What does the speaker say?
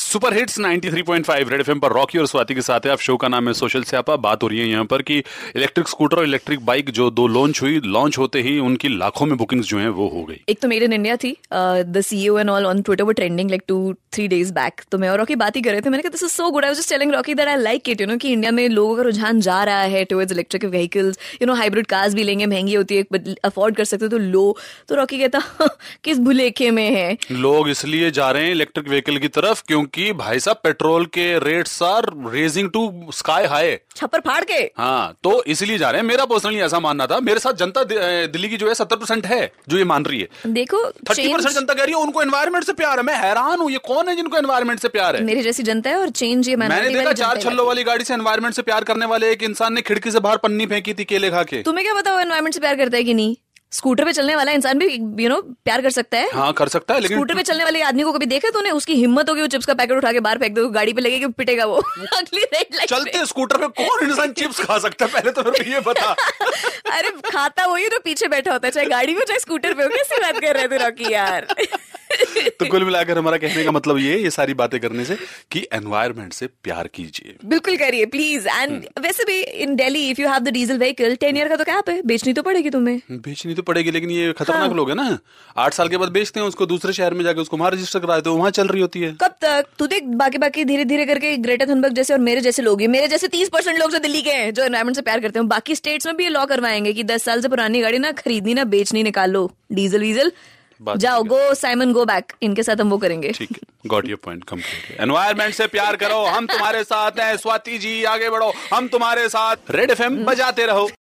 Super hits 93.5 red FM पर रॉकी और स्वाति के साथ है आप शो का नाम है सोशल स्यापा बात हो रही है यहाँ पर कि इलेक्ट्रिक स्कूटर और इलेक्ट्रिक बाइक जो दो लॉन्च हुई लॉन्च होते ही उनकी लाखों में बुकिंग्स जो है वो हो गई एक तो मेड इन इंडिया थी uh, the CEO and all on Twitter वो trending like two three days back तो मैं और रॉकी बात ही कर रहे थे मैंने कहा this is so good I was just telling Rocky that I like it you know कि इंडिया में लोगों का रुझान जा रहा है towards electric vehicles you know hybrid cars भी लेंगे महंगी होती है बट अफोर्ड कर सकते हो तो लो तो रॉकी कहता किस भुलेखे में है लोग इसलिए जा रहे हैं इलेक्ट्रिक व्हीकल की तरफ क्योंकि भाई साहब पेट्रोल के rates are raising to sky high छप्पर फाड़ के हाँ तो इसलिए जा रहे हैं मेरा पर्सनली ऐसा मानना था मेरे साथ जनता दि- अ, दिल्ली की जो है सत्तर परसेंट है जो ये मान रही है देखो थर्टी change- परसेंट जनता कह रही है उनको एनवायरमेंट से प्यार है मैं हैरान हूँ ये कौन है जिनको एनवायरमेंट से प्यार है मेरे जैसी जनता है और चेंज ये मैंने minority देखा वाली चार जनता है। छल्लों वाली गाड़ी से एनवायरमेंट से प्यार करने वाले एक इंसान ने खिड़की से बाहर पन्नी फेंकी थी केले खा के तुम्हें क्या पता वो एनवायरमेंट से प्यार करता है कि नहीं स्कूटर पे चलने वाला इंसान भी यू नो प्यार कर सकता है हाँ कर सकता है लेकिन स्कूटर पे चलने वाले आदमी को कभी देखा तूने उसकी हिम्मत होगी वो चिप्स का पैकेट उठा के बाहर फेंक दे वो गाड़ी पे लगेगी पिटेगा वो अगली रेड लाइट चलते स्कूटर पे कौन इंसान चिप्स खा सकता है पहले तो मेरे को ये बता अरे खाता वही है जो पीछे बैठा होता है चाहे गाड़ी में हो, चाहे स्कूटर पे हो कैसी बात कर रहे थे रॉकी यार तो कुल मिलाकर हमारा कहने का मतलब ये है, ये सारी बातें करने से कि एनवायरमेंट से प्यार कीजिए बिल्कुल करिए प्लीज एंड वैसे भी in Delhi if you have the diesel vehicle ten year का तो कैप है बेचनी तो पड़ेगी तुम्हें बेचनी तो पड़ेगी लेकिन ये खतरनाक लोग है ना आठ साल के बाद बेचते हैं उसको दूसरे शहर में जाके उसको वहां रजिस्टर कराते हो वहां चल रही होती है कब तक तू देख बाकी बाकी धीरे धीरे करके ग्रेटर थनबर्ग जैसे और मेरे जैसे लोग ही मेरे जैसे तीस परसेंट लोग जो दिल्ली के हैं जो एनवायरमेंट से प्यार करते हैं बाकी स्टेट्स में भी ये लॉ करवाएंगे कि दस साल से पुरानी गाड़ी ना खरीदनी ना बेचनी निकालो डीजल वीजल बात जाओ ठीक गो साइमन गो बैक इनके साथ हम वो करेंगे ठीक है got your point completely environment से हम्म। प्यार करो हम तुम्हारे साथ हैं स्वाति जी आगे बढ़ो हम तुम्हारे साथ रेड एफएम बजाते रहो